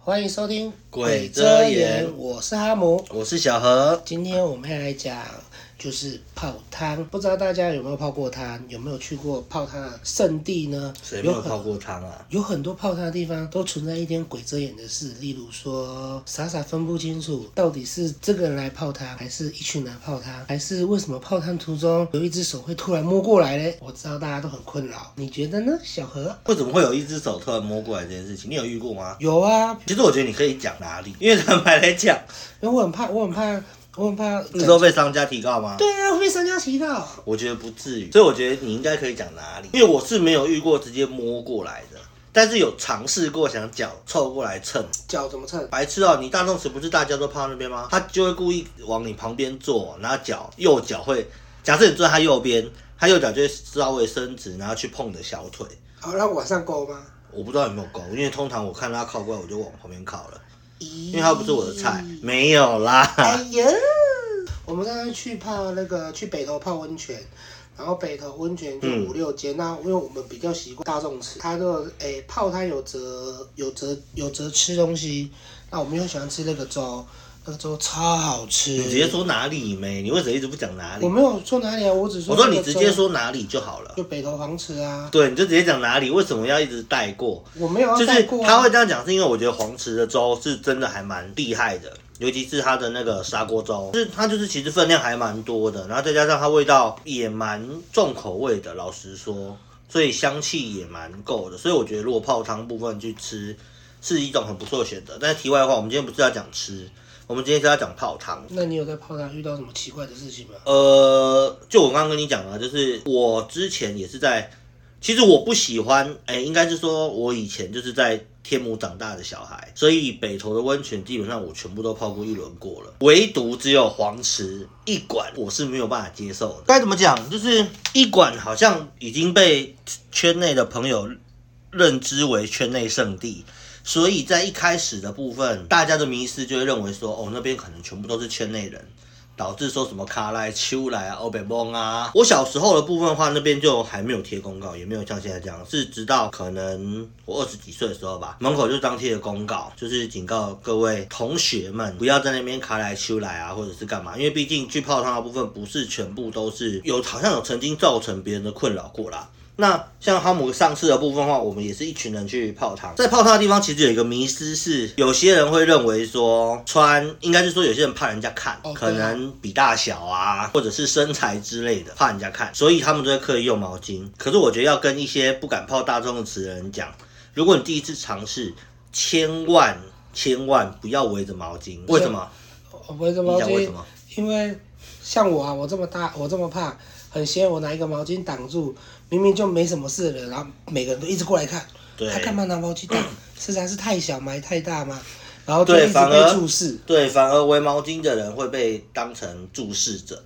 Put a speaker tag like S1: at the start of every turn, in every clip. S1: 欢迎收听《
S2: 鬼遮眼
S1: 我是哈姆。
S2: 我是小何，
S1: 今天我们要来讲就是泡汤，不知道大家有没有泡过汤，有没有去过泡汤的圣地呢？
S2: 谁没有
S1: 很
S2: 泡过汤啊？
S1: 有很多泡汤的地方都存在一点鬼遮眼的事，例如说傻傻分不清楚到底是这个人来泡汤，还是一群人来泡汤，还是为什么泡汤途中有一只手会突然摸过来嘞？我知道大家都很困扰，你觉得呢，小何？
S2: 为什么会有一只手突然摸过来这件事情？你有遇过吗？
S1: 有啊，
S2: 其实我觉得你可以讲哪里，因为坦白来 讲，
S1: 因为我很怕，我很怕，我很怕。
S2: 那时候被商家提告吗？
S1: 对啊，会被商家提到。
S2: 我觉得不至于，所以我觉得你应该可以讲哪里，因为我是没有遇过直接摸过来的，但是有尝试过想脚凑过来蹭。
S1: 脚怎么蹭？
S2: 白痴哦、你大众池不是大家都泡那边吗？他就会故意往你旁边坐，然后脚右脚会，假设你坐在他右边，他右脚就会稍微伸直，然后去碰你的小腿。
S1: 好，让往上勾吗？
S2: 我不知道有没有勾，因为通常我看他靠过来，我就往旁边靠了，
S1: 因
S2: 因为他不是我的菜。没有啦，
S1: 哎呀，我们上次去泡那个去北头泡温泉，然后北头温泉
S2: 嗯
S1: 就五六间，那、因为我们比较习惯大众吃，它就诶、泡它有折有折有折吃东西，那我们又喜欢吃那个粥，那个粥超好吃。
S2: 你直接说哪里没？你为什么一直不讲哪里
S1: 我？没有说哪里啊，我只说
S2: 我说
S1: 那
S2: 你
S1: 个
S2: 直
S1: 粥
S2: 接说哪里就好了。
S1: 就北头黄池啊，
S2: 对，你就直接讲哪里，为什么要一直带过？
S1: 我没有要
S2: 就是
S1: 带过、啊。
S2: 他会这样讲，是因为我觉得黄池的粥是真的还蛮厉害的，尤其是它的那个砂锅粥，就是它就是其实分量还蛮多的，然后再加上它味道也蛮重口味的，老实说，所以香气也蛮够的，所以我觉得如果泡汤部分去吃是一种很不错的选择。但是题外话，我们今天不是要讲吃，我们今天是要讲泡汤。
S1: 那你有在泡汤遇到什么奇怪的事情吗？
S2: 呃，就我刚刚跟你讲啊，就是我之前也是在，其实我不喜欢，哎、应该是说我以前就是在天母长大的小孩，所以北投的温泉基本上我全部都泡过一轮过了，唯独只有黄池一馆我是没有办法接受的。该怎么讲，就是一馆好像已经被圈内的朋友认知为圈内圣地。所以在一开始的部分，大家的迷思就会认为说，哦，那边可能全部都是圈内人，导致说什么卡来、秋来啊、欧北梦啊。我小时候的部分的话，那边就还没有贴公告，也没有像现在这样，是直到可能我二十几岁的时候吧，门口就张贴了公告，就是警告各位同学们不要在那边卡来、秋来啊，或者是干嘛，因为毕竟去泡汤的部分不是全部都是有，好像有曾经造成别人的困扰过啦。那像哈姆上次的部分的话，我们也是一群人去泡汤。在泡汤的地方，其实有一个迷思是，有些人会认为说穿，应该是说有些人怕人家看
S1: 哦，
S2: 可
S1: 对啊
S2: 能比大小啊，或者是身材之类的，怕人家看，所以他们都会刻意用毛巾。可是我觉得要跟一些不敢泡大众池的人讲，如果你第一次尝试，千万千万不要围着毛巾。为什么？
S1: 我围着
S2: 你
S1: 毛
S2: 讲为
S1: 巾
S2: 什，么？
S1: 因为像我啊，我这么大，我这么胖，很闲，我拿一个毛巾挡住，明明就没什么事了，然后每个人都一直过来看，
S2: 对
S1: 他干嘛拿毛巾 挡？是还是太小吗？还太大吗？然后就
S2: 对
S1: 一直
S2: 反而
S1: 被注视。
S2: 对，反而围毛巾的人会被当成注视者。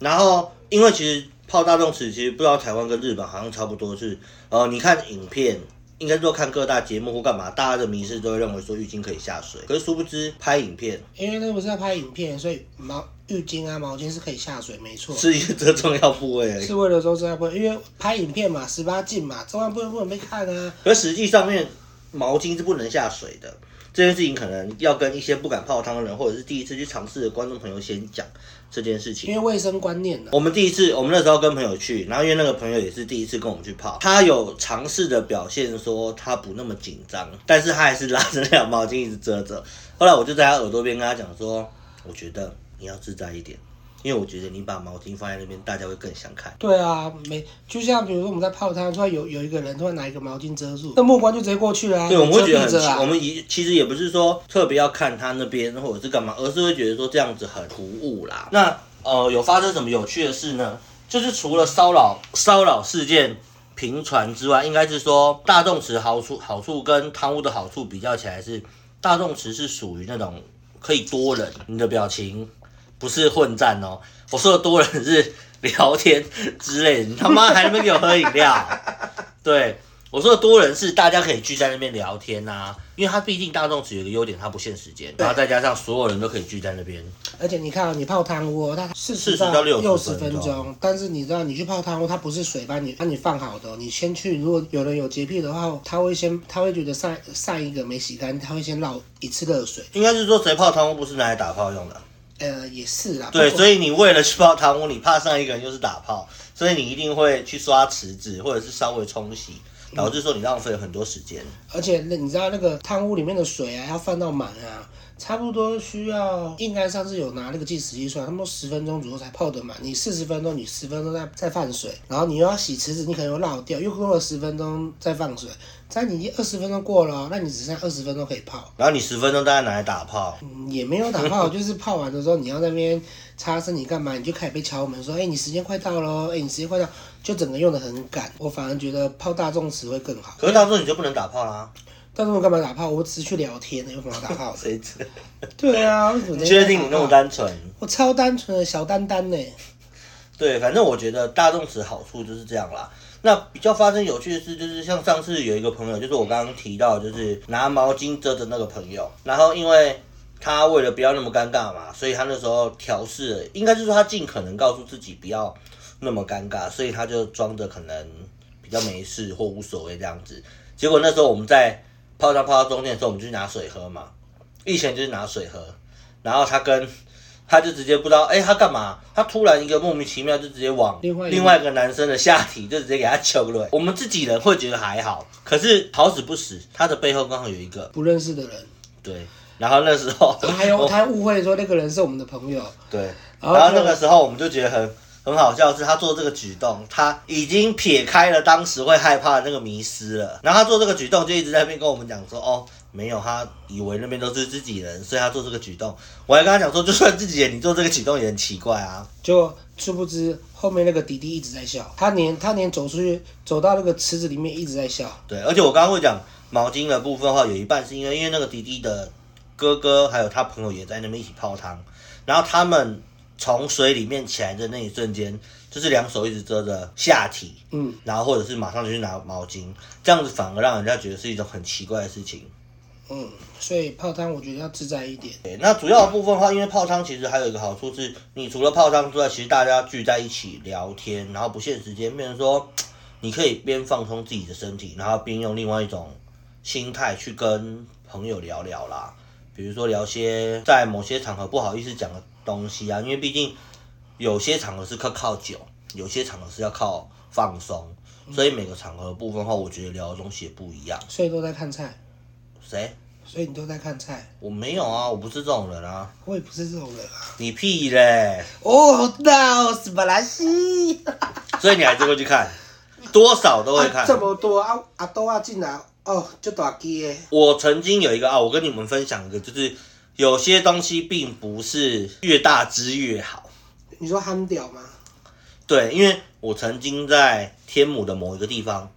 S2: 然后，因为其实泡大众池，其实不知道台湾跟日本好像差不多是，呃，你看影片，应该说看各大节目或干嘛，大家的迷失都会认为说浴巾可以下水，可是殊不知拍影片
S1: 因为那不是要拍影片，所以毛浴巾啊、毛巾是可以下水，没错。
S2: 是一个重要部位而已。
S1: 是为了说这样不，因为拍影片嘛，十八禁嘛，这万不能不能被看啊。
S2: 可实际上面，毛巾是不能下水的。这件事情可能要跟一些不敢泡汤的人，或者是第一次去尝试的观众朋友先讲这件事情
S1: 因。为卫生观念啊呢、
S2: 我们第一次，我们那时候跟朋友去，然后因为那个朋友也是第一次跟我们去泡，他有尝试的表现说他不那么紧张，但是他还是拉着那条毛巾一直遮着。后来我就在他耳朵边跟他讲说，我觉得你要自在一点，因为我觉得你把毛巾放在那边，大家会更想看。
S1: 对啊，没就像比如说我们在泡汤，突然有有一个人突然拿一个毛巾遮住，那目光就直接过去了、啊。
S2: 对，我们会觉得很
S1: 你遮蔽
S2: 奇，
S1: 着啊
S2: 我们也其实也不是说特别要看他那边或者是干嘛，而是会觉得说这样子很突兀啦。那呃，有发生什么有趣的事呢？就是除了骚扰骚扰事件频传之外，应该是说大众池好处好处跟贪污的好处比较起来是，大众池是属于那种可以多人，你的表情不是混战哦，我说的多人是聊天之类的，你他妈还能不能给我喝饮料？对，我说的多人是大家可以聚在那边聊天啊，因为它毕竟大众池有一个优点，它不限时间，然后再加上所有人都可以聚在那边。
S1: 而且你看、哦，你泡汤窝，它四
S2: 40
S1: 十
S2: 到
S1: 六
S2: 60
S1: 十分
S2: 分钟
S1: 钟，但是你知道，你去泡汤窝，它不是水把你把你放好的哦、你先去。如果有人有洁癖的话，他会先他会觉得上上一个没洗干，他会先绕一次热水。
S2: 应该是说谁泡汤屋不是拿来打炮用的，
S1: 呃，也是啦。
S2: 对，所
S1: 以
S2: 以你为了去泡汤屋，你怕上一个人又是打炮，所以你一定会去刷池子或者是稍微冲洗，导致说你浪费了很多时间。
S1: 而且那你知道那个汤屋里面的水啊，要放到满啊，差不多需要，应该上次有拿那个计时器算，他们说十分钟左右才泡得满。你四十分钟，你十分钟再再放水，然后你又要洗池子，你可能又绕掉，又过了十分钟再放水，但你二十分钟过了哦、那你只剩下二十分钟可以泡。
S2: 然后你十分钟大概拿来打炮，
S1: 嗯也没有打泡，就是泡完的时候你要在那边擦身体干嘛，你就开始被敲门说，哎、你时间快到喽，哎、你时间快到，就整个用的很赶。我反而觉得泡大众池会更好。
S2: 可是到时候你就不能打炮啦。
S1: 但是我干嘛打炮？我只是去聊天的，有什么好打炮的？
S2: 谁知？
S1: 对啊，为什么？
S2: 你确定你那么？单纯？
S1: 我超单纯的小丹丹呢、
S2: 对，反正我觉得大众池好处就是这样啦。那比较发生有趣的事，就是像上次有一个朋友，就是我刚刚提到，就是拿毛巾遮着那个朋友，然后因为他为了不要那么尴尬嘛，所以他那时候调试了，应该是说他尽可能告诉自己不要那么尴尬，所以他就装着可能比较没事或无所谓这样子。结果那时候我们在泡汤泡到中间的时候，我们就去拿水喝嘛，以前就是拿水喝，然后他跟他就直接不知道，哎、他干嘛？他突然一个莫名其妙就直接往
S1: 另外一个
S2: 另外一个男生的下体就直接给他揪了。我们自己人会觉得还好，可是好死不死，他的背后刚好有一个
S1: 不认识的人，
S2: 对。然后那时候
S1: 然后还有他误会说那个人是我们的朋友，
S2: 对，
S1: 然
S2: 然
S1: 后
S2: 后
S1: 就
S2: 那个时候我们就觉得很很好笑，是他做这个举动，他已经撇开了当时会害怕的那个迷失了。然后他做这个举动，就一直在那边跟我们讲说，哦，没有，他以为那边都是自己人，所以他做这个举动。我还跟他讲说，就算自己人，你做这个举动也很奇怪啊。
S1: 就殊不知后面那个弟弟一直在笑，他连他连走出去走到那个池子里面一直在笑，
S2: 对，而且我刚刚会讲毛巾的部分的话，有一半是因为因为那个迪迪的哥哥还有他朋友也在那边一起泡汤，然后他们从水里面起来的那一瞬间，就是两手一直遮着下体，
S1: 嗯，
S2: 然后或者是马上就去拿毛巾，这样子反而让人家觉得是一种很奇怪的事情。
S1: 嗯，所以泡汤我觉得要自在一点。
S2: 对，那主要的部分的话，因为泡汤其实还有一个好处是，你除了泡汤之外，其实大家聚在一起聊天，然后不限时间，变成说你可以边放松自己的身体，然后边用另外一种心态去跟朋友聊聊啦。比如说聊些在某些场合不好意思讲的东西啊，因为毕竟有些场合是靠靠酒，有些场合是要靠放松，所以每个场合的部分的话，我觉得聊的东西也不一样。
S1: 所以都在看菜，
S2: 谁？
S1: 所以你都在看菜，
S2: 我没有啊，我不是这种人啊，
S1: 我也不是这种人啊。
S2: 你屁嘞！
S1: 哦，那斯巴拉西，
S2: 所以你还是会去看，多少都会看
S1: 啊、。这么多啊阿多啊进来哦，就大鸡的，
S2: 我曾经有一个啊，我跟你们分享一个，就是有些东西并不是越大只越好。
S1: 你说憨屌吗？
S2: 对，因为我曾经在天母的某一个地方，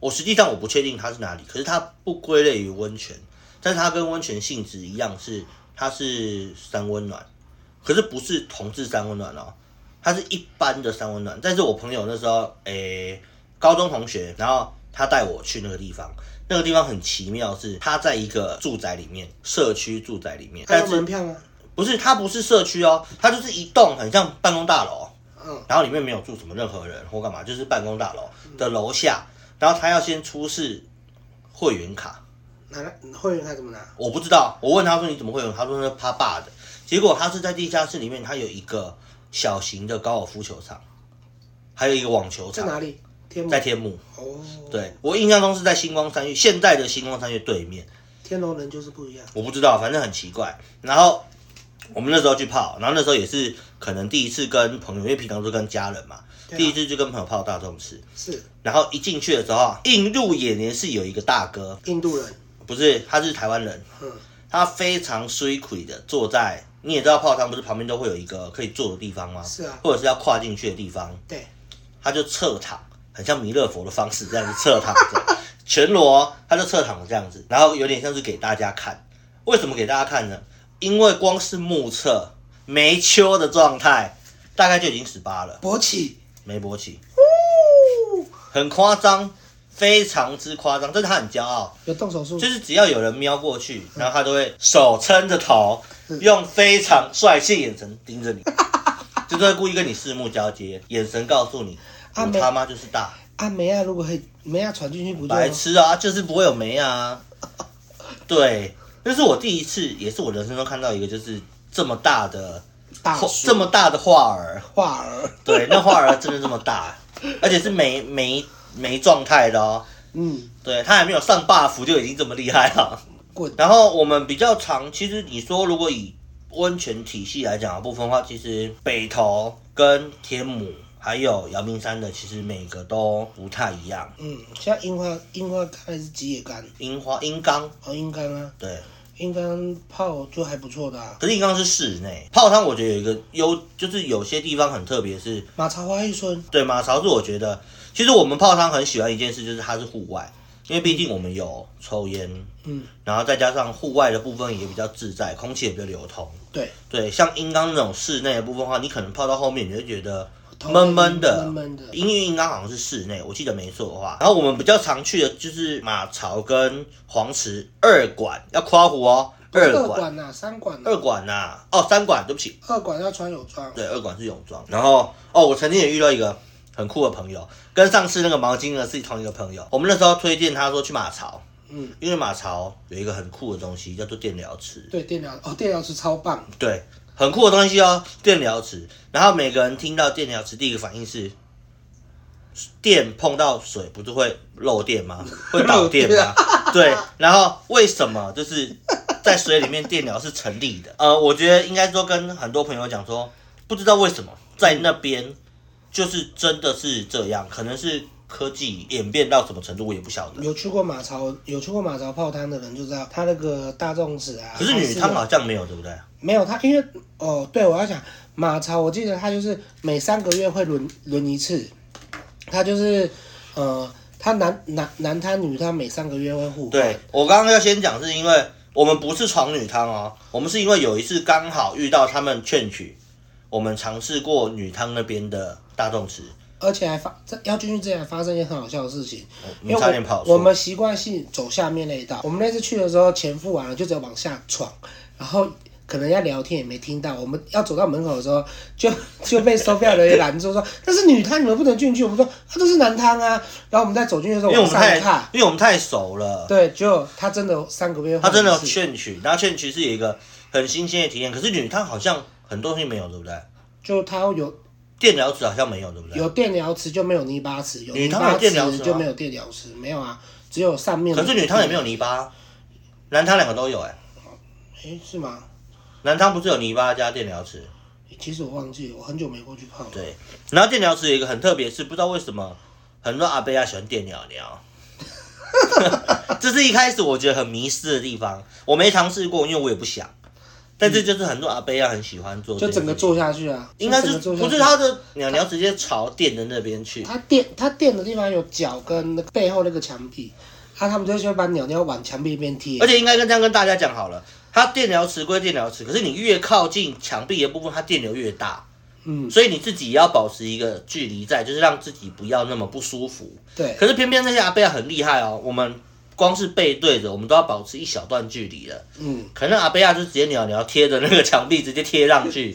S2: 我实际上我不确定它是哪里，可是它不归类于温泉，但是它跟温泉性质一样是，它是三温暖，可是不是同志三温暖哦，它是一般的三温暖。但是我朋友那时候，诶、高中同学，然后他带我去那个地方，那个地方很奇妙是，它在一个住宅里面，社区住宅里面，
S1: 还有
S2: 但是
S1: 门票吗？
S2: 不是它不是社区哦，它就是一栋很像办公大楼。哦
S1: 嗯，
S2: 然后里面没有住什么任何人或干嘛，就是办公大楼的楼下，然后他要先出示会员卡，
S1: 拿来会员卡怎么拿？
S2: 我不知道，我问他说你怎么会有，他说那是他爸的，结果他是在地下室里面，他有一个小型的高尔夫球场，还有一个网球
S1: 在
S2: 场，
S1: 哪里？天母
S2: 在天幕，
S1: 哦，，
S2: 对我印象中是在星光三月，现在的星光三月对面，
S1: 天龙人就是不一样。
S2: 我不知道，反正很奇怪。然后我们那时候去泡，然后那时候也是可能第一次跟朋友，因为平常都跟家人嘛，
S1: 对啊
S2: 第一次就跟朋友泡大众池。
S1: 是
S2: 然后一进去的时候，映入眼帘是有一个大哥，
S1: 印度人，
S2: 不是，他是台湾人，
S1: 嗯，
S2: 他非常衰魁的坐在，你也知道泡汤不是旁边都会有一个可以坐的地方吗？
S1: 是啊
S2: 或者是要跨进去的地方，
S1: 对，
S2: 他就侧躺，很像弥勒佛的方式这样子侧躺着，全裸，他就侧躺着这样子，然后有点像是给大家看。为什么给大家看呢？因为光是目测没秋的状态，大概就已经十八了，
S1: 勃起，
S2: 没勃起，很夸张。非常之夸张，但是他很骄傲，
S1: 有动手术，
S2: 就是只要有人瞄过去，然后他都会手撑着头，
S1: 嗯
S2: 用非常帅气眼神盯着你，就是会故意跟你四目交接，眼神告诉你，
S1: 啊
S2: 我
S1: 没
S2: 他妈就是大
S1: 啊，梅亚如果很梅亚传进去不就
S2: 白痴啊，就是不会有眉啊。对，那是我第一次，也是我人生中看到一个就是这么大的
S1: 大
S2: 花
S1: 叔
S2: 这么大的画儿，
S1: 画儿，
S2: 对，那画儿真的这么大，而且是没没没状态的哦。
S1: 嗯，
S2: 对他还没有上 buff 就已经这么厉害了。
S1: 滚
S2: 然后我们比较常，其实你说如果以温泉体系来讲的部分的话，其实北投跟天母还有阳明山的，其实每个都不太一样。
S1: 嗯，像樱花樱花干还是吉野干，
S2: 樱花、樱冈，
S1: 哦，樱干啊，
S2: 对，
S1: 樱干泡就还不错的、啊。
S2: 可是樱冈是室内泡汤，我觉得有一个优，就是有些地方很特别是，
S1: 马茶花一村，
S2: 对马槽是我觉得，其实我们泡汤很喜欢一件事，就是它是户外，因为毕竟我们有抽烟，
S1: 嗯，
S2: 然后再加上户外的部分也比较自在，空气也比较流通。
S1: 对，
S2: 对，像阴刚那种室内的部分的话，你可能泡到后面你就觉得闷闷的。
S1: 闷闷的，
S2: 因为阴刚好像是室内，我记得没错的话。然后我们比较常去的就是马槽跟黄池二馆，要夸湖哦，二
S1: 二
S2: 馆，
S1: 馆呐、三馆呐、
S2: 二馆呐、哦，三馆，对不起，
S1: 二馆要穿泳装，
S2: 对，二馆是泳装。然后哦，我曾经也遇到一个很酷的朋友，跟上次那个毛巾呢是同一个朋友。我们那时候推荐他说去马槽，
S1: 嗯，
S2: 因为马槽有一个很酷的东西叫做电疗池，
S1: 对，电疗哦，电疗是超棒，
S2: 对，很酷的东西哦，电疗池。然后每个人听到电疗池，第一个反应是。电碰到水不是会漏电吗？会导电吗？对，然后为什么就是在水里面电疗是成立的？呃，我觉得应该说跟很多朋友讲说，不知道为什么在那边就是真的是这样，可能是科技演变到什么程度，我也不晓得。
S1: 有去过马槽，有去过马槽泡汤的人就知道，他那个大众池啊，
S2: 可是女汤
S1: 它有
S2: 好像没有，对不对？
S1: 没有他，因为哦，对我要讲马槽，我记得他就是每三个月会轮轮一次，他就是呃，他男男男他女他每三个月会互换，
S2: 对我刚刚要先讲，是因为我们不是床女汤哦，我们是因为有一次刚好遇到他们劝取，我们尝试过女汤那边的大众池，
S1: 而且还发这要进去之前还发生一件很好笑的事情，
S2: 我
S1: 因为
S2: 们差点
S1: 我
S2: 跑
S1: 我
S2: 出。
S1: 们习惯性走下面那一道，我们那次去的时候钱付完了就只有往下闯，然后可能要聊天也没听到，我们要走到门口的时候就就被收票的人拦住说那是女汤你们不能进去，我们说那都是男汤啊，然后我们再走进去的时候
S2: 因为我
S1: 往
S2: 们
S1: 上
S2: 太
S1: 看，，
S2: 因为我们太熟了，
S1: 对，就他真的三个月，
S2: 他真的有劝取，然后劝取是一个很新鲜的体验。可是女汤好像很多东西没有，对不对？
S1: 就他有
S2: 电疗池好像没有，对不对？
S1: 有电疗池就没有泥巴池，有
S2: 女
S1: 泥
S2: 汤有
S1: 巴
S2: 电疗池
S1: 池
S2: 吗
S1: 就没有电疗池，没有啊，只有上面的。
S2: 可是女汤也没有泥巴，男汤两个都有哎、
S1: 诶，是吗？
S2: 男汤不是有泥巴加电疗池？
S1: 其实我忘记了，我很久没过去泡了。
S2: 对，然后电疗池有一个很特别，是不知道为什么很多阿贝啊亚喜欢电鸟鸟， 这是一开始我觉得很迷失的地方，我没尝试过，因为我也不想。但这就是很多阿贝亚很喜欢做，
S1: 就整个坐，下去啊，
S2: 应该
S1: 就整
S2: 是
S1: 个坐下
S2: 不
S1: 去
S2: 是它的鸟鸟直接朝电的那边去，
S1: 它垫它垫的地方有脚跟那个背后那个墙壁，啊，他们就喜欢把鸟鸟往墙壁边贴
S2: 而，且应该跟这样跟大家讲好了，它电疗池归电疗池，可是你越靠近墙壁的部分，它电流越大，
S1: 嗯，
S2: 所以你自己也要保持一个距离在，就是让自己不要那么不舒服。
S1: 对，
S2: 可是偏偏那些阿贝亚很厉害哦，我们光是背对着，我们都要保持一小段距离了。
S1: 嗯，
S2: 可能阿贝亚就直接鸟鸟贴着那个墙壁直接贴上 去，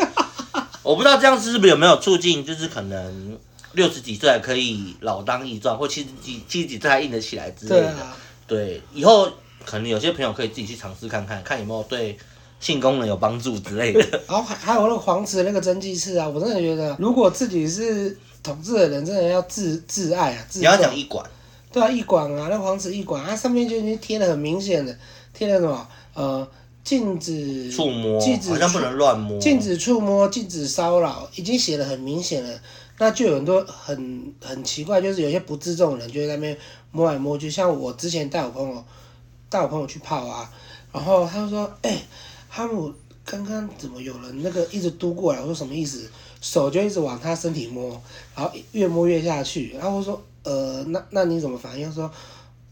S2: 我不知道这样子是不是有没有促进，就是可能六十几岁还可以老当益壮，或七十几七十几岁还硬得起来之类
S1: 对
S2: 的。
S1: 啊，
S2: 对，以后可能有些朋友可以自己去尝试看看，看有没有对性功能有帮助之 类的。
S1: 然后还还有那个黄池那个蒸汽室啊，我真的觉得，如果自己是统治的人，真的要自自爱啊，自
S2: 你要
S1: 重
S2: 讲一馆，
S1: 对啊，一馆啊，那黄池一馆啊，上面就已经贴的很明显的，贴了什么呃禁止
S2: 触摸
S1: 禁止
S2: 好像
S1: 触
S2: 不能乱摸，
S1: 禁止触摸、禁止骚扰，已经写的很明显了。那就有很多很很奇怪，就是有些不自重的人就会在那边摸来摸去。像我之前带我朋友带我朋友去泡啊，然后他就说：“哎、哈姆，刚刚怎么有人那个一直嘟过来？”我说：“什么意思？”手就一直往他身体摸，然后越摸越下去。然后我说：“呃，那那你怎么反应？”他说：“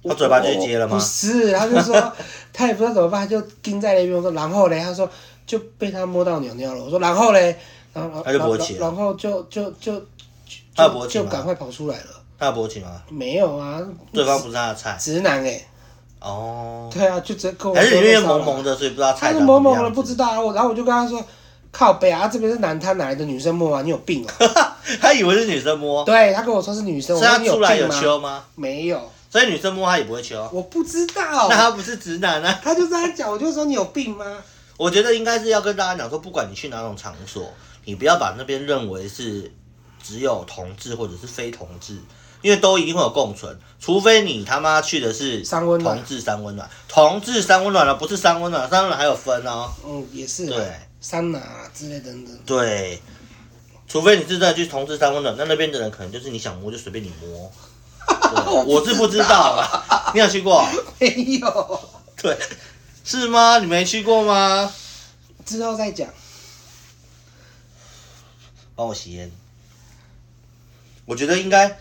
S1: 呃
S2: 他嘴巴就接了吗
S1: 我不是，他就说他也不知道怎么办，他就盯在那边。我说：“然后嘞？”他说：“就被他摸到尿尿了。”我说：“然后嘞？”然后然后
S2: 他就勃起了
S1: 然后然后就就就就
S2: 他有勃起
S1: 就
S2: 吗
S1: 赶快跑出来了。
S2: 他有勃起吗？
S1: 没有啊，
S2: 对方不是他的菜
S1: 直男哎、
S2: 哦，
S1: 对啊，就直接跟我
S2: 还是
S1: 说
S2: 因
S1: 被
S2: 为
S1: 骚扰
S2: 萌萌的，所以不知道
S1: 他
S2: 菜
S1: 是
S2: 长
S1: 某
S2: 什么
S1: 某
S2: 样
S1: 的
S2: 子
S1: 不知道啊，我然后我就跟他说，靠北啊，这边是男摊哪来的女生摸啊？你有病 啊！
S2: 他以为是女生摸，
S1: 对他跟我说是女生，
S2: 所
S1: 我说
S2: 以他
S1: 你
S2: 哦啊出来有
S1: 病吗？哦
S2: 秋吗？
S1: 没有，
S2: 所以女生摸他也不会秋，
S1: 我不知道
S2: 那。他不是直男啊？
S1: 他就这样讲，我就说你有病吗？
S2: 我觉得应该是要跟大家讲说，不管你去哪种场所，你不要把那边认为是只有同志或者是非同志，因为都一定会有共存，除非你他妈去的是
S1: 三温暖
S2: 同志三温暖，同志三温暖了，不是三温暖，三温暖还有分哦。
S1: 嗯，也是啊，
S2: 对
S1: 桑拿啊之类等等。
S2: 对，除非你是真的去同志三温暖，那那边的人可能就是你想摸就随便你摸。对我是不知道啦，你有去过？
S1: 没有，
S2: 对，是吗？你没去过吗？
S1: 之后再讲。
S2: 帮我吸烟。我觉得应该，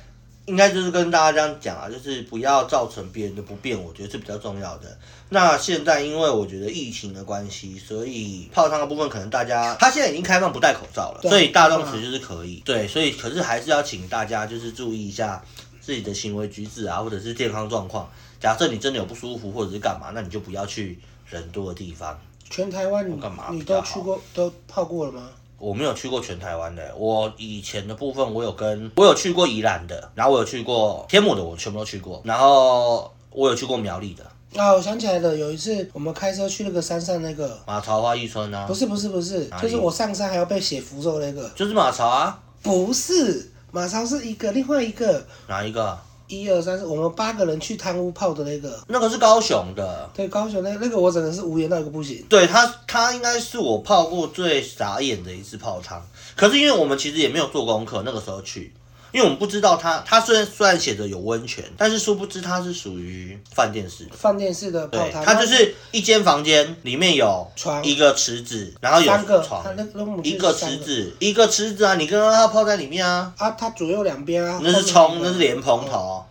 S2: 应该就是跟大家这样讲啊，就是不要造成别人的不便，我觉得是比较重要的。那现在因为我觉得疫情的关系，所以泡汤的部分可能大家，他现在已经开放不戴口罩了，
S1: 对啊
S2: 所以大众池就是可以。对，所以可是还是要请大家就是注意一下自己的行为举止啊，或者是健康状况。假设你真的有不舒服或者是干嘛，那你就不要去人多的地方。
S1: 全台湾你
S2: 我干嘛
S1: 你
S2: 比较
S1: 都
S2: 好
S1: 去过都泡过了吗？
S2: 我没有去过全台湾的，我以前的部分我有跟我有去过宜兰的，然后我有去过天母的，我全部都去过，然后我有去过苗栗的
S1: 啊，我想起来了，有一次我们开车去那个山上那个，
S2: 马槽花一村啊
S1: 不，是不是不是，
S2: 哪里
S1: 就是我上山还要被写符咒那个，
S2: 就是马槽啊，
S1: 不是，马超是一个，另外一个
S2: 哪一个？啊
S1: 一二三四，我们八个人去贪污泡的那个，
S2: 那个是高雄的，
S1: 对，高雄那那个我真的是无言到一个不行。
S2: 对他，他应该是我泡过最傻眼的一次泡汤。可是因为我们其实也没有做功课，那个时候去，因为我们不知道他，他虽然虽然写着有温泉，但是殊不知它是属于饭店式的。
S1: 饭店式的泡
S2: 对，
S1: 汤，
S2: 它就是一间房间，里面有
S1: 哦床
S2: 一个池子，然后有
S1: 三个，
S2: 床
S1: 他，那那我们去
S2: 一个
S1: 三
S2: 池子，一个池子啊，你跟它泡在里面啊，
S1: 啊，它左右两边啊，
S2: 那是
S1: 后面
S2: 冲，
S1: 一个
S2: 那是莲蓬，
S1: 哦
S2: 头，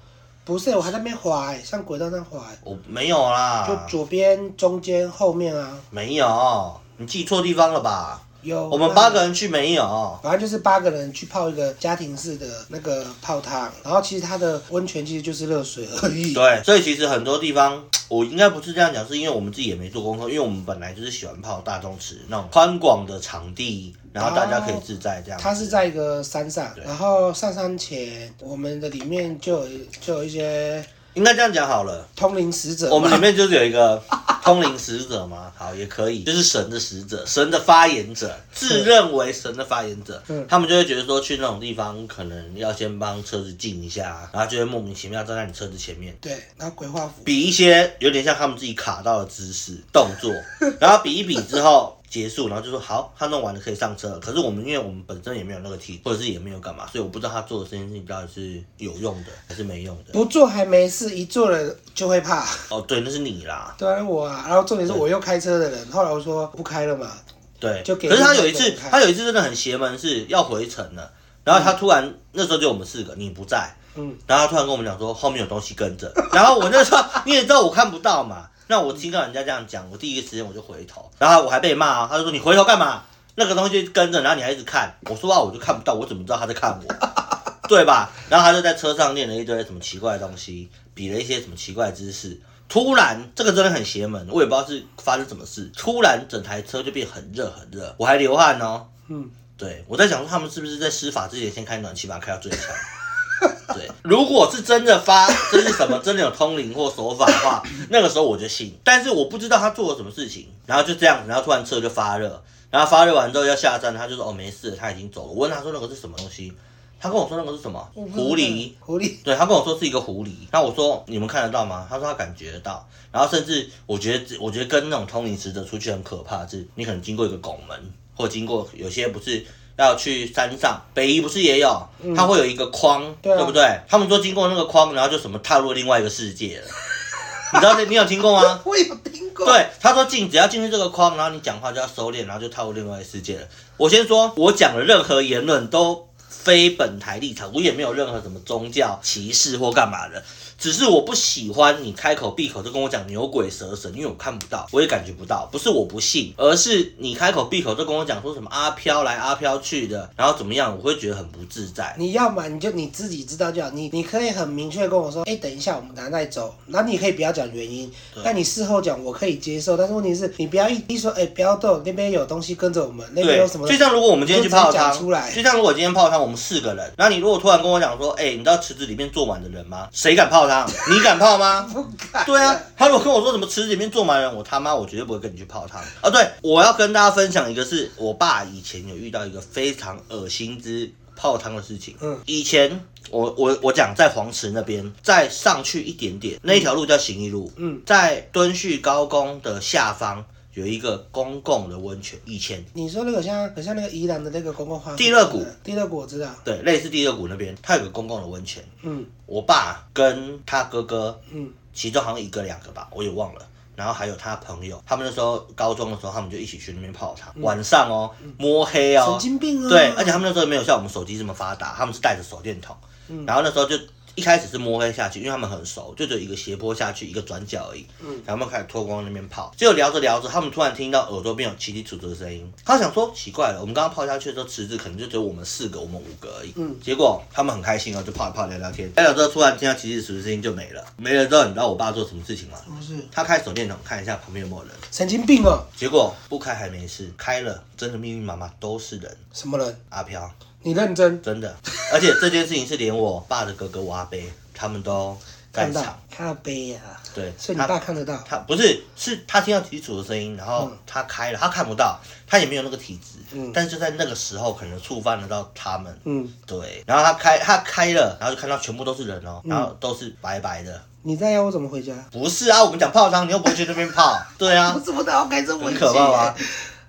S1: 不是，我还在那边滑、欸，像轨道那样滑、欸，
S2: 我没有啦
S1: 就，左边、中间、后面啊，
S2: 没有，你记错地方了吧？
S1: 有
S2: 我们八个。人去没有，
S1: 反正就是八个人去泡一个家庭式的那个泡汤，然后其实它的温泉其实就是热水而已。
S2: 对，所以其实很多地方。我应该不是这样讲，是因为我们自己也没做功课，因为我们本来就是喜欢泡大众池那种宽广的场地，然后大家可以自在这样子。
S1: 它是在一个山上，
S2: 对
S1: 然后上山前，我们的里面就有就有一些
S2: 应该这样讲好了，
S1: 通灵使者嘛，
S2: 我们里面就是有一个通灵使者嘛，好也可以，就是神的使者，神的发言者，自认为神的发言者
S1: 嗯，
S2: 他们就会觉得说去那种地方可能要先帮车子静一下，然后就会莫名其妙站在你车子前面。
S1: 对，然后鬼画符，
S2: 比一些有点像他们自己卡到的姿势动作，然后比一比之后结束，然后就说好，他弄完了可以上车了。可是我们因为我们本身也没有那个体，或者是也没有干嘛，所以我不知道他做的这件事情到底是有用的还是没用的。
S1: 不做还没事，一做了就会怕。
S2: 哦，对，那是你啦。
S1: 对啊，我啊，然后重点是我又开车的人，后来我说不开了嘛，
S2: 对，
S1: 就给
S2: 可是他有一
S1: 另外一
S2: 次
S1: 个人，看
S2: 他有一次真的很邪门，是要回程了，然后他突然、那时候就我们四个，你不在，
S1: 嗯，
S2: 然后他突然跟我们讲说后面有东西跟着， 然后我那时候你也知道我看不到嘛，那我听到人家这样讲，我第一个时间我就回头，然后我还被骂、啊，他就说你回头干嘛？那个东西就跟着，然后你还一直看，我说啊我就看不到，我怎么知道他在 看我？对吧？然后他就在车上念了一堆什么奇怪的东西，比了一些什么奇怪的姿势。突然，这个真的很邪门，我也不知道是发生什么事。突然，整台车就变很热很热，我还流汗哦。
S1: 嗯，
S2: 对，我在想说他们是不是在施法之前先开暖气，把它开到最强。对，如果是真的发，这是什么真的有通灵或手法的话，那个时候我就信。但是我不知道他做了什么事情，然后就这样，然后突然车就发热，然后发热完之后要下站，他就说哦没事，他已经走了。我问他说那个是什么东西，他跟我说那个是什么
S1: 我不知道
S2: 狐狸，，
S1: 狐狸，
S2: 对他跟我说是一个狐狸，那我说你们看得到吗？他说他感觉得到，然后甚至我觉得我觉得跟那种通灵使者出去很可怕，是你可能经过一个拱门，或经过有些不是要去山上，北移不是也有，它会有一个框，
S1: 嗯对啊
S2: 不对？他们说经过那个框，然后就什么踏入另外一个世界了， 你知道这你有听过吗？
S1: 我有听过，，
S2: 对，他说进，只要进去这个框，然后你讲话就要收敛，然后就踏入另外一个世界了。我先说，我讲的任何言论都非本台立场，我也没有任何什么宗教歧视或干嘛的，只是我不喜欢你开口闭口就跟我讲牛鬼蛇神，因为我看不到，我也感觉不到。不是我不信，而是你开口闭口就跟我讲说什么阿飘来阿飘去的，然后怎么样，我会觉得很不自在。
S1: 你要嘛你就你自己知道就好，你你可以很明确地跟我说，哎、等一下我们拿再走，然后你可以不要讲原因，但你事后讲我可以接受，但是问题是你不要一一说，哎、不要动，那边有东西跟着我们，那边
S2: 对
S1: 有什，么，
S2: 就像如果我们今天去
S1: 就直
S2: 泡
S1: 接
S2: 汤
S1: 讲出来，
S2: 就像如果今天泡汤，我们四个人，那你如果突然跟我讲说，哎、你知道池子里面坐满的人吗？谁敢泡汤？你敢泡吗？
S1: 不敢
S2: 对啊，他如果跟我说什么池子里面坐满人，我他妈我绝对不会跟你去泡汤啊！对，我要跟大家分享一个是我爸以前有遇到一个非常恶心之泡汤的事情。
S1: 嗯，
S2: 以前我我我讲在黄池那边，再上去一点点，那一条路叫行义路。
S1: 嗯，
S2: 在敦叙高工的下方有一个公共的温泉，以前
S1: 你说那个像很像那个宜兰的那个公共花
S2: 地热谷，
S1: 地热谷我知道，
S2: 对类似第二谷那边，它有个公共的温泉。
S1: 嗯
S2: 我爸跟他哥哥
S1: 嗯
S2: 其中好像一个两个吧，我也忘了。然后还有他朋友，他们那时候高中的时候，他们就一起去那边泡汤，晚上哦，摸黑哦，
S1: 神经病啊
S2: 对，而且他们那时候没有像我们手机这么发达，他们是带着手电筒，
S1: 嗯
S2: 然后那时候就一开始是摸黑下去，因为他们很熟，就只有一个斜坡下去，一个转角而已，
S1: 嗯，
S2: 然后他们开始脱光那边泡，结果聊着聊着，他们突然听到耳朵边有奇奇楚楚的声音，他想说奇怪了，我们刚刚泡下去的时候，池子可能就只有我们四个，我们五个而已，
S1: 嗯
S2: 结果他们很开心哦，就泡一泡聊聊天，聊聊之后突然听到奇奇楚楚的声音就没了，没了之后，你知道我爸做什么事情吗？
S1: 不是
S2: 他开手电筒看一下旁边有没有人，
S1: 神经病哦，
S2: 结果不开还没事，开了真的密密麻麻都是人，
S1: 什么人？
S2: 阿飘。
S1: 你认真
S2: 真的。而且这件事情是连我爸的哥哥我阿伯他们都在
S1: 看到
S2: 场，
S1: 咖啡啊，
S2: 对
S1: 所以你
S2: 他
S1: 爸看得到，
S2: 他不是是他听到提楚的声音，然后他开了，他看不到，他也没有那个体质，
S1: 嗯
S2: 但是就在那个时候可能触犯得到他们，
S1: 嗯，
S2: 对，然后他开他开了，然后就看到全部都是人
S1: 嗯
S2: 哦，然后都是白白的，
S1: 你再要我怎么回家？
S2: 不是啊，我们讲泡汤，你又不会去那边 泡，对啊
S1: 我。怎么知道该怎么回
S2: 很
S1: 去
S2: 可怕吧？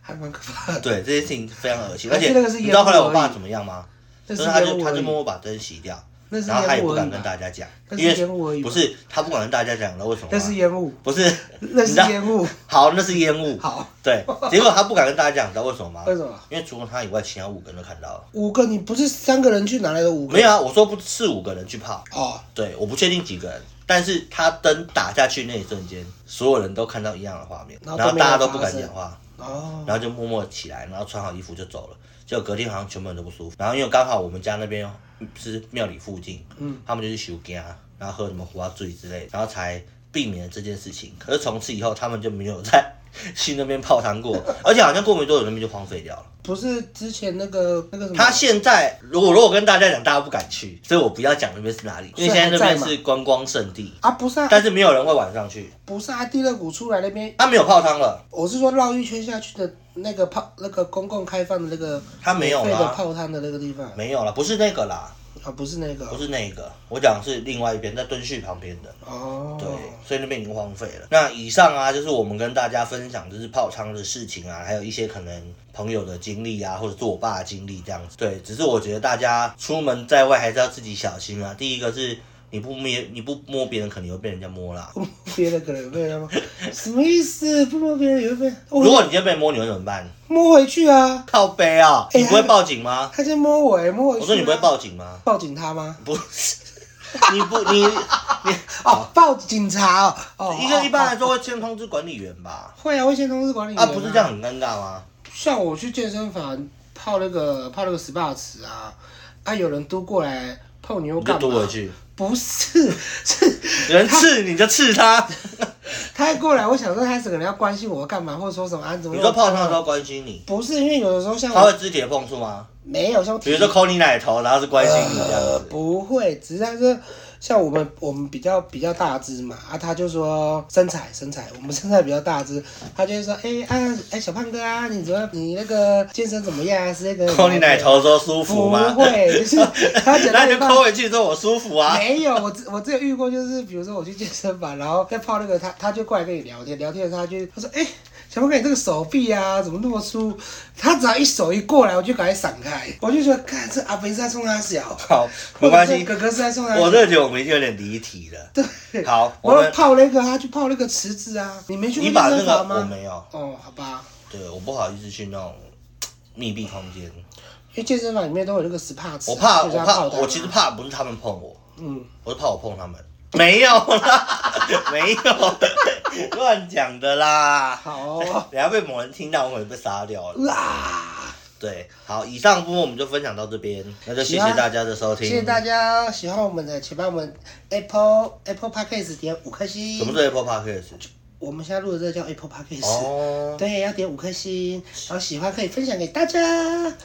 S1: 还蛮可怕的，
S2: 对，这件事情非常恶心，
S1: 而
S2: 而
S1: 且
S2: 且
S1: 那个是
S2: 你知道后来我
S1: 烟雾而
S2: 爸
S1: 已
S2: 怎么样吗？
S1: 那
S2: 就是是他
S1: 烟
S2: 就
S1: 雾
S2: 他
S1: 而
S2: 就默
S1: 已，
S2: 默把灯洗掉，
S1: 那是
S2: 然后他也
S1: 烟雾
S2: 不
S1: 而
S2: 敢
S1: 已
S2: 跟
S1: 吧。
S2: 大家讲，
S1: 那是
S2: 因为
S1: 烟雾而已吧
S2: 不是他不敢跟大家讲了，为什么吗？啊
S1: 那是烟雾，
S2: 不是，
S1: 那
S2: 你
S1: 是
S2: 知道
S1: 烟 雾。
S2: 好，那是烟雾。
S1: 好，
S2: 对，结果他不敢跟大家讲，你知道为什么吗？
S1: 为什么？
S2: 因为除了他以外，其他五个人都看到了。
S1: 五个你不是三个人去哪来的五个？
S2: 没有啊，我说不是五个人去泡，
S1: 哦，
S2: 对，我不确定几个人，但是他灯打下去那一瞬间，所有人都看到一样的画面，
S1: 然后
S2: 然后
S1: 都没有
S2: 大家都不
S1: 发
S2: 敢
S1: 生
S2: 讲话，
S1: 哦，
S2: 然后就默默起来，然后穿好衣服就走了。结果隔天好像全部人都不舒服。然后因为刚好我们家那边是庙里附近，
S1: 嗯，
S2: 他们就去修家，然后喝什么胡花醉之类的，然后才避免了这件事情。可是从此以后，他们就没有 在新那边泡汤过，而且好像过没多久那边就荒废掉了。
S1: 不是之前那个那个什么，
S2: 他现在如果如果跟大家讲，大家不敢去，所以我不要讲那边是哪里，因为现在那边是观光胜地，
S1: 啊不是啊，
S2: 但是没有人会晚上去。
S1: 不是啊，地热谷出来那边，
S2: 他没有泡汤了，
S1: 我是说绕一圈下去的那个泡那个公共开放的那个
S2: 他没有
S1: 免费的
S2: 啦，
S1: 泡汤的那个地方
S2: 没有了，不是那个啦，
S1: 啊，不是那
S2: 不
S1: 个
S2: 是那个，我讲的是另外一边，在敦叙旁边的。
S1: 哦，
S2: 对，所以那边已经荒废了。那以上啊，就是我们跟大家分享，就是泡汤的事情啊，还有一些可能朋友的经历啊，或者是我爸的经历这样子。对，只是我觉得大家出门在外还是要自己小心啊。第一个是你不摸你不摸别人，肯定会被人家摸啦。
S1: 不摸别人可能被他吗？什么意思？不摸别人也会被我
S2: 如果你今天被摸，你会怎么办？
S1: 摸回去啊？
S2: 靠背啊，
S1: 哎
S2: 你不会报警吗？
S1: 他先摸我、欸，摸回去、啊。
S2: 我说你不会报警吗？
S1: 报警他吗？
S2: 不是， 你不你你
S1: 哦，报警察哦。哦
S2: 一个一
S1: 哦
S2: 般来说会先通知管理员吧？
S1: 会啊，会先通知管理员
S2: 啊，不是这样。很尴尬吗？
S1: 像我去健身房泡那个泡那个 SPA 池啊，啊，有人嘟过来泡你又
S2: 你就
S1: 干
S2: 丢回
S1: 嘛？
S2: 去，
S1: 不是，是
S2: 人刺你就刺他。
S1: 他过来，我想说他可能要关心我干嘛，或者说什么啊？你怎么
S2: 你
S1: 又
S2: 说泡汤的时候关心你，
S1: 不是因为有的时候像
S2: 他会
S1: 我
S2: 肢体的碰触吗？
S1: 没有像
S2: 比如说抠你奶头，然后是关心你这样
S1: 呃，
S2: 子。
S1: 不会，只是他说像我们我们比较比较大只嘛，啊，他就说身材身材，我们身材比较大只，他就会说，哎、啊哎、小胖哥啊，你怎么你那个健身怎么样啊？是那个
S2: 抠你奶头的时候舒服
S1: 不
S2: 吗？
S1: 会，就是 他讲
S2: 那
S1: 到
S2: 你
S1: 一
S2: 就
S1: 半
S2: 抠回去说我舒服啊。
S1: 没有，我只我只有遇过，就是比如说我去健身房，然后在泡那个他，他就过来跟你聊天，聊天的时候他就他说，哎、小胖哥，你这个手臂啊，怎么那么粗？他只要一手一过来，我就赶快闪开，我就觉得，看这阿肥是在冲他小，
S2: 好，没
S1: 或
S2: 关
S1: 者
S2: 系
S1: 是。哥哥是在冲他小。
S2: 我真的觉得我们已经有点离题了。
S1: 对，
S2: 好，我
S1: 我要
S2: 们
S1: 泡那个啊，去泡那个池子啊，你没去过
S2: 你把
S1: 健
S2: 那
S1: 身房
S2: 个我
S1: 吗？
S2: 没有，
S1: 哦，好吧，
S2: 对，我不好意思去那种密闭空间，
S1: 因为健身房里面都有那个 SPA 池，
S2: 我怕
S1: 就是
S2: 我
S1: 要
S2: 怕
S1: 泡的啊
S2: 我其实怕不是他们碰我，
S1: 嗯，
S2: 我是怕我碰他们。没有啦， 没有， 乱讲的啦。
S1: 好 哦，
S2: 等下被某人听到，我可能被杀掉了。
S1: 啦，
S2: 对，好，以上部分我们就分享到这边，那就谢
S1: 喜
S2: 谢
S1: 欢
S2: 大家的收听。
S1: 谢谢大家喜欢我们的，请帮我们 Apple Apple Podcast 点五颗星。
S2: 什么是 Apple Podcast？
S1: 我们现在录的这个叫 Apple Podcast，、
S2: 哦，
S1: 对，要点五颗星，然后喜欢可以分享给大家。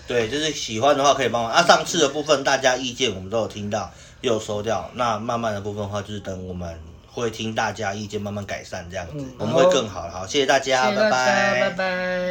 S2: 对，就是喜欢的话可以帮忙啊。上次的部分大家意见我们都有听到，也有收掉。那慢慢的部分的话，就是等我们会听大家意见，慢慢改善这样子，我们会更好。好，谢谢大
S1: 嗯谢
S2: 家，
S1: 谢大家，
S2: 拜
S1: 拜拜